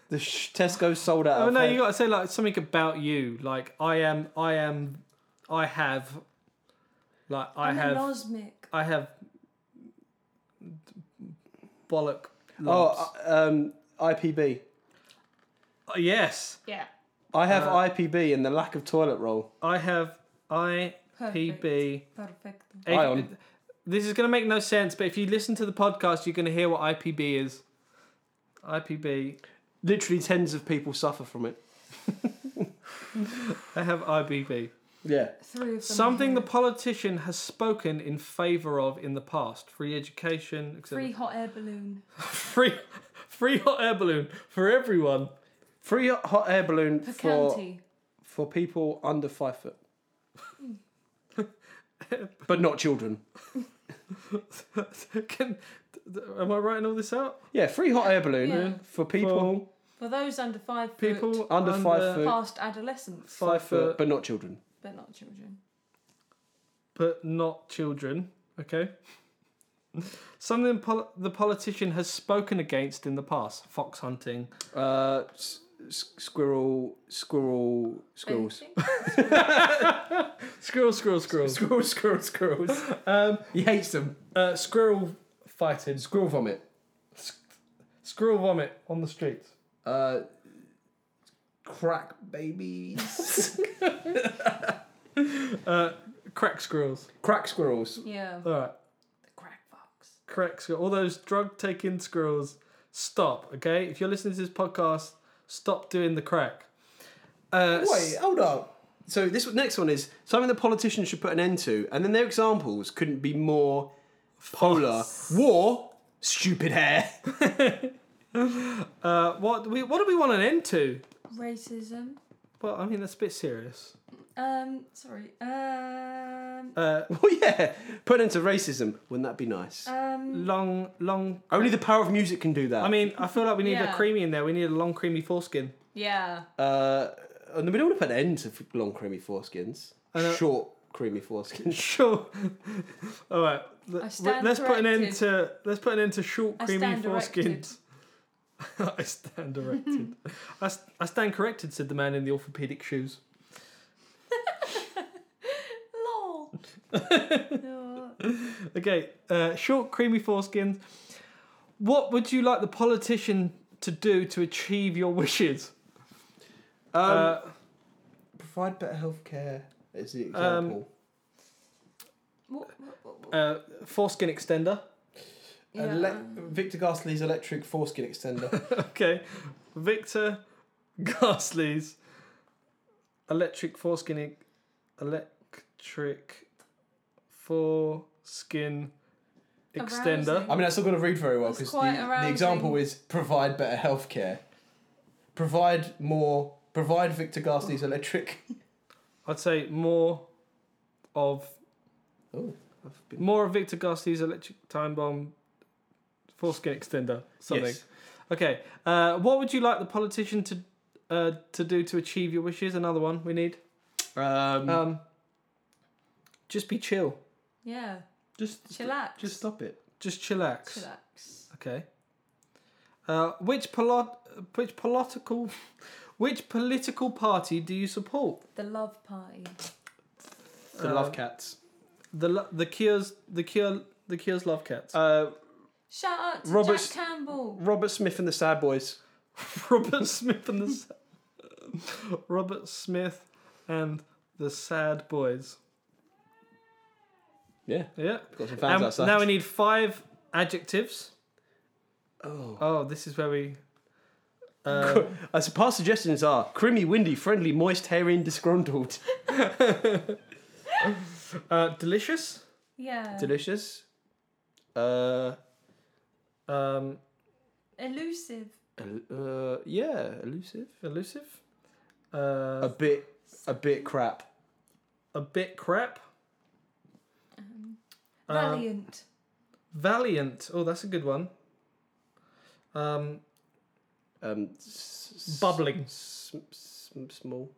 C: the sh- Tesco sold out.
D: Oh
C: of
D: no,
C: hair-
D: you gotta say like something about you. Like I am, I am, I have, like I
B: I'm
D: have,
B: a nosmic.
D: I have bollock. Lumps.
C: Oh, uh, um, IPB.
D: Oh, yes,
B: Yeah.
C: I have
D: Uh.
C: IPB and the lack of toilet roll.
D: I have I P B.
B: Perfect.
C: Ion.
D: This is gonna make no sense, but if you listen to the podcast, you're gonna hear what IPB is. IPB.
C: Literally tens of people suffer from it.
D: I have IBB.
C: Yeah.
B: Three of them.
D: Something the politician has spoken in favour of in the past: free education, etc.
B: Free hot air balloon.
D: free free hot air balloon for everyone.
C: Free hot air balloon
B: Per
C: for,
B: county.
C: for people under five foot. but not children.
D: Can, am I writing all this out?
C: Yeah, free hot air balloon
B: Yeah.
C: for people
B: For those under five foot,
D: People
C: under five foot.
B: past adolescence,
C: five foot, but not children.
B: but not children.
D: but not children. Okay. Something pol- the politician has spoken against in the past: fox hunting.
C: Uh, s- s- squirrel, squirrel, squirrels.
B: Anything?
D: Squirrel, squirrel, squirrel.
C: Squirrels, squirrels, squirrels.
D: Um,
C: He hates them.
D: uh, squirrel fighting.
C: Squirrel vomit.
D: Squirrel vomit on the streets.
C: Uh, crack babies.
D: Crack squirrels.
C: crack squirrels.
B: Yeah.
D: All right.
B: The crack fox.
D: Correct. squirrel. All those drug taking squirrels, stop. Okay, if you're listening to this podcast, stop doing the crack. Uh,
C: Wait, hold up. So this next one is something that politicians should put an end to, and then their examples couldn't be more polar. War, stupid hair.
D: uh, what do we what do we want an end to?
B: Racism.
D: Well, I mean that's a bit serious.
B: Um. Sorry. Um.
D: Uh,
C: well, yeah, put an end to racism. Wouldn't that be nice?
B: Um.
D: long, long.
C: Only the power of music can do that.
D: I mean, I feel like we need a
B: Yeah.
D: creamy in there. We need a long, creamy foreskin.
B: Yeah.
C: uh, and we don't want to put an end to long creamy foreskins.
D: know.
C: Short creamy foreskins.
D: Sure. All right.
B: I
D: Let's
B: stand
D: put an end
B: corrected.
D: to let's put an end to short,
B: I
D: creamy
B: stand erected.
D: foreskins. I stand directed. I, s- I stand corrected," said the man in the orthopedic shoes.
B: Lol. No.
D: Okay, uh, short, creamy foreskins. What would you like the politician to do to achieve your wishes?
C: Um,
D: Uh,
C: provide better healthcare is the
D: example.
B: What, what, what, what?
D: uh, foreskin extender.
B: Yeah.
C: Victor Gasly's electric foreskin extender.
D: Okay, Victor Garsley's electric foreskin e- electric foreskin extender.
B: Arousing.
C: I mean, that's not going to read very well
B: That's
C: because the,
B: quite
C: the
B: arousing.
C: example is provide better healthcare. Provide more. Provide Victor Gasly's electric.
D: I'd say more of
C: Oh, I've been
D: more of Victor Garsley's electric time bomb foreskin extender. Something.
C: Yes.
D: Okay. Uh, what would you like the politician to uh, to do to achieve your wishes? Another one we need.
C: Um,
D: Um, just be chill.
B: Yeah.
C: just
B: Chillax.
C: Just stop it.
D: Just chillax.
B: Chillax.
D: Okay. Uh, which polo- which political which political party do you support?
B: The love party.
C: The
D: Uh,
C: love cats.
D: The lo- the Cures the Cure the Cures love cats.
C: Uh,
B: Shout out to
C: Robert's-
B: Jack Campbell.
C: Robert Smith and the Sad Boys.
D: Robert Smith and the Sa- Robert Smith and the Sad Boys.
C: Yeah,
D: Yeah.
C: got some fans
D: Um,
C: outside.
D: now we need five adjectives.
C: oh.
D: Oh, this is where we. Uh,
C: Uh, so past suggestions are creamy, windy, friendly, moist, herring, disgruntled,
D: uh, delicious.
B: Yeah.
C: delicious, uh,
D: Um,
B: Elusive.
C: el- uh, yeah, elusive,
D: elusive.
C: a
D: Uh,
C: bit, a bit crap,
D: a bit crap.
B: Um,
D: Uh,
B: valiant.
D: Valiant. Oh, that's a good one. Um,
C: um, s- s-
D: Bubbling.
C: s- s- small,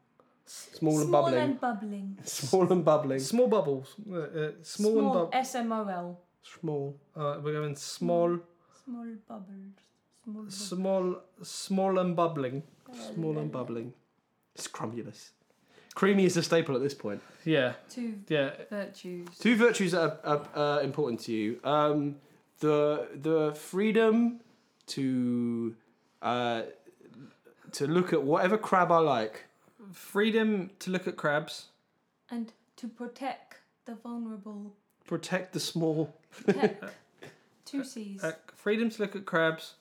C: small and
B: Small
C: bubbling,
B: and bubbling.
C: small and bubbling,
D: small bubbles. Uh, uh, small, and
B: Small.
D: bubble.
B: S M O L.
C: small,
D: Uh, we're going small,
B: Small bubbles. Small. bubbles.
D: small, small and bubbling.
C: small and bubbling, scrumulous. Creamy is a staple at this point.
D: Yeah,
B: Two
D: yeah.
B: virtues.
C: Two virtues that are, are, are important to you: um, the the freedom to uh, to look at whatever crab I like.
D: Freedom to look at crabs.
B: And to protect the vulnerable.
C: Protect the small.
B: Protect. Two C's.
D: Uh, freedom to look at crabs,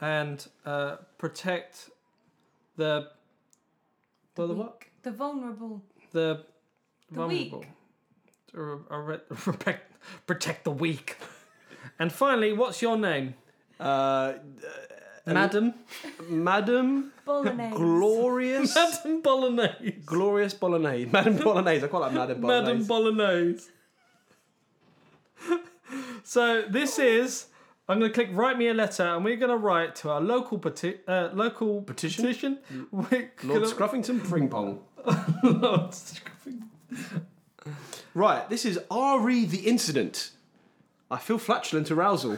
D: and uh, protect the. Well, the what?
B: weak. The vulnerable.
D: The.
B: The
D: vulnerable.
B: weak.
D: To re- uh, re- protect, protect the weak. and finally, what's your name,
C: Uh,
D: Madam?
C: Madam
B: Bolognese.
C: Glorious
D: Madam Bolognese.
C: Glorious Bolognese. Madam Bolognese. I quite like Madam Bolognese.
D: Madam Bolognese. so this is. I'm going to click write me a letter, and we're going to write to our local peti- uh, local
C: Petition? Mm.
D: petition. We're
C: Lord
D: gonna-
C: Scruffington Pringpong.
D: Lord Scruff-
C: Right, this is RE the incident. I feel flatulent arousal.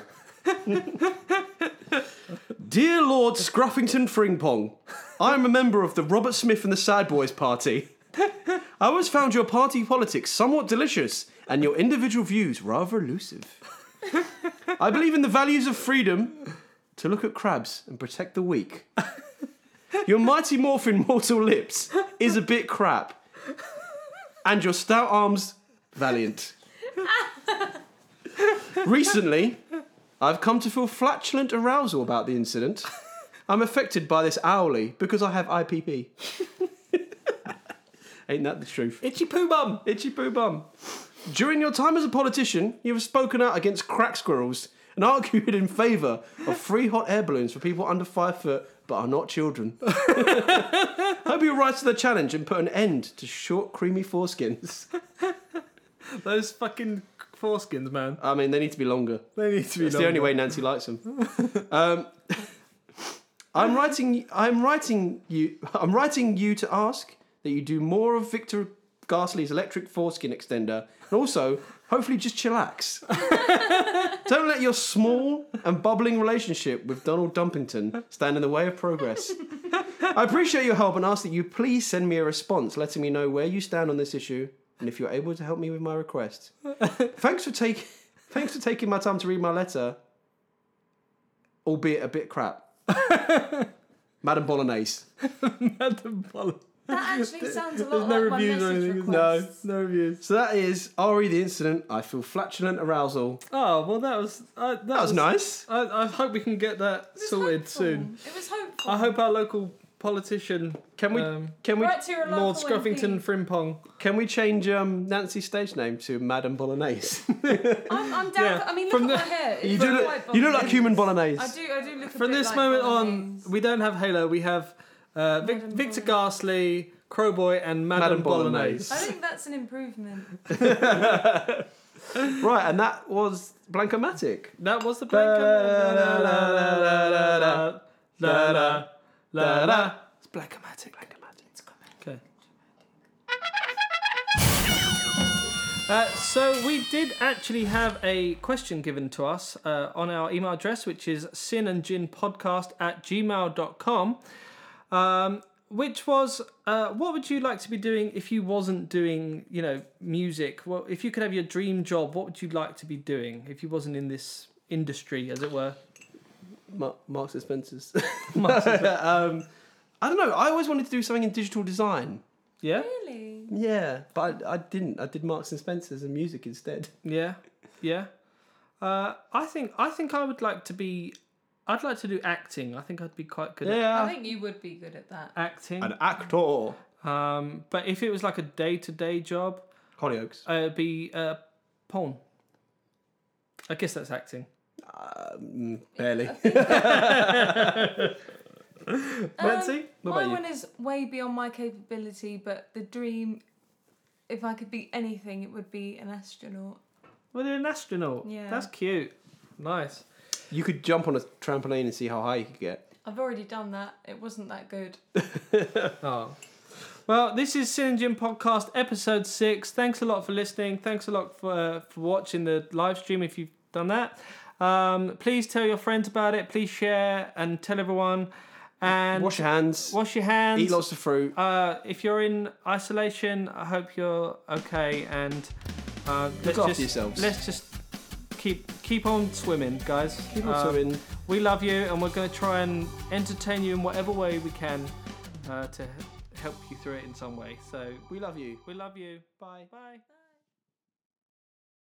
C: Dear Lord Scruffington Fringpong, I am a member of the Robert Smith and the Sad Boys party. I always found your party politics somewhat delicious and your individual views rather elusive. I believe in the values of freedom to look at crabs and protect the weak. Your mighty morphin mortal lips is a bit crap and your stout arms valiant. Recently, I've come to feel flatulent arousal about the incident. I'm affected by this hourly because I have IPP. Ain't that the truth?
D: Itchy poo bum.
C: Itchy poo bum. During your time as a politician, you have spoken out against crack squirrels and argued in favour of free hot air balloons for people under five foot but are not children. Hope you rise to the challenge and put an end to short, creamy foreskins.
D: Those fucking foreskins, man.
C: I mean, they need to be longer.
D: They need to be.
C: It's the only
D: longer.
C: way Nancy likes them. um, I'm writing. I'm writing you. I'm writing you to ask that you do more of Victor Garsley's electric foreskin extender, and also hopefully just chillax. Don't let your small and bubbling relationship with Donald Dumpington stand in the way of progress. I appreciate your help and ask that you please send me a response letting me know where you stand on this issue and if you're able to help me with my request. Thanks for taking. Thanks for taking my time to read my letter, albeit a bit crap. Madam Bolognese.
D: Madam Bolognese.
B: That actually sounds a lot like
D: There's no
B: my
D: reviews or
B: message
D: anything. is there?
B: request.
D: No, no reviews.
C: So that is RE the incident. I feel flatulent arousal.
D: Oh well, that was uh, that,
C: That was nice.
D: I, I hope we can get that
B: It was
D: sorted
B: hopeful.
D: soon.
B: It was hopeful.
D: I hope our local politician
C: Can we
D: um,
C: can we
B: Right to your
D: Lord
B: local MP.
D: Scruffington Frimpong.
C: can we change um, Nancy's stage name to Madam Bolognese?
B: I'm, I'm down.
D: Yeah.
B: For, I mean, look
D: From
B: at
D: the-
B: my hair. It's
C: you do
B: not
C: look
B: quite
C: you look like
B: balding.
C: human Bolognese.
B: I do. I do look. A
D: From
B: bit
D: this
B: like
D: moment
B: balding.
D: on, we don't have Halo. We have uh, Vic-
B: Madame
D: Victor Garsley, Crowboy, and Madame,
C: Madame
D: Bolognese.
B: I think that's an improvement.
C: Right, and that was Blancomatic.
D: That was the
C: La,
D: blank.
C: la, la, la, la, la, la, la, la, la, la.
D: It's Black-O-Matic.
C: Blancomatic.
D: Okay. Uh, so we did actually have a question given to us uh, on our email address, which is sinandginpodcast at gmail.com, um, which was, uh, what would you like to be doing if you wasn't doing, you know, music? Well, if you could have your dream job, what would you like to be doing if you wasn't in this industry, as it were?
C: Ma- Marks and Spencer's. um, I don't know. I always wanted to do something in digital design.
D: Yeah?
B: Really?
C: Yeah, but I, I didn't. I did Marks and Spencer's and music instead.
D: Yeah, yeah. Uh, I think I think I would like to be. I'd like to do acting. I think I'd be quite good at
B: I
C: Yeah,
B: think you would be good at that.
D: acting.
C: an actor.
D: Um, but if it was like a day to day job,
C: Hollyoaks.
D: uh, it'd be uh, porn. I guess that's acting.
C: Um, barely.
D: Nancy, what
B: Um, my
D: about you?
B: one is way beyond my capability, but the dream, if I could be anything, it would be an astronaut.
D: Well, you're an astronaut.
B: Yeah.
D: That's cute. Nice.
C: you could jump on a trampoline and see how high you could get.
B: I've already done that. It wasn't that good.
D: Oh. Well, this is Sin and Jim Podcast, episode six. Thanks a lot for listening. Thanks a lot for, uh, for watching the live stream if you've done that. Um, please tell your friends about it. Please share and tell everyone. And
C: Wash your hands.
D: wash your hands.
C: Eat lots of fruit.
D: Uh, if you're in isolation, I hope you're okay. And uh, let's
C: after
D: just,
C: yourselves.
D: Let's just keep keep on swimming, guys.
C: Keep on
D: Uh,
C: swimming.
D: we love you, and we're going to try and entertain you in whatever way we can uh, to h- help you through it in some way. So
C: We love you.
D: we love you. Bye. Bye.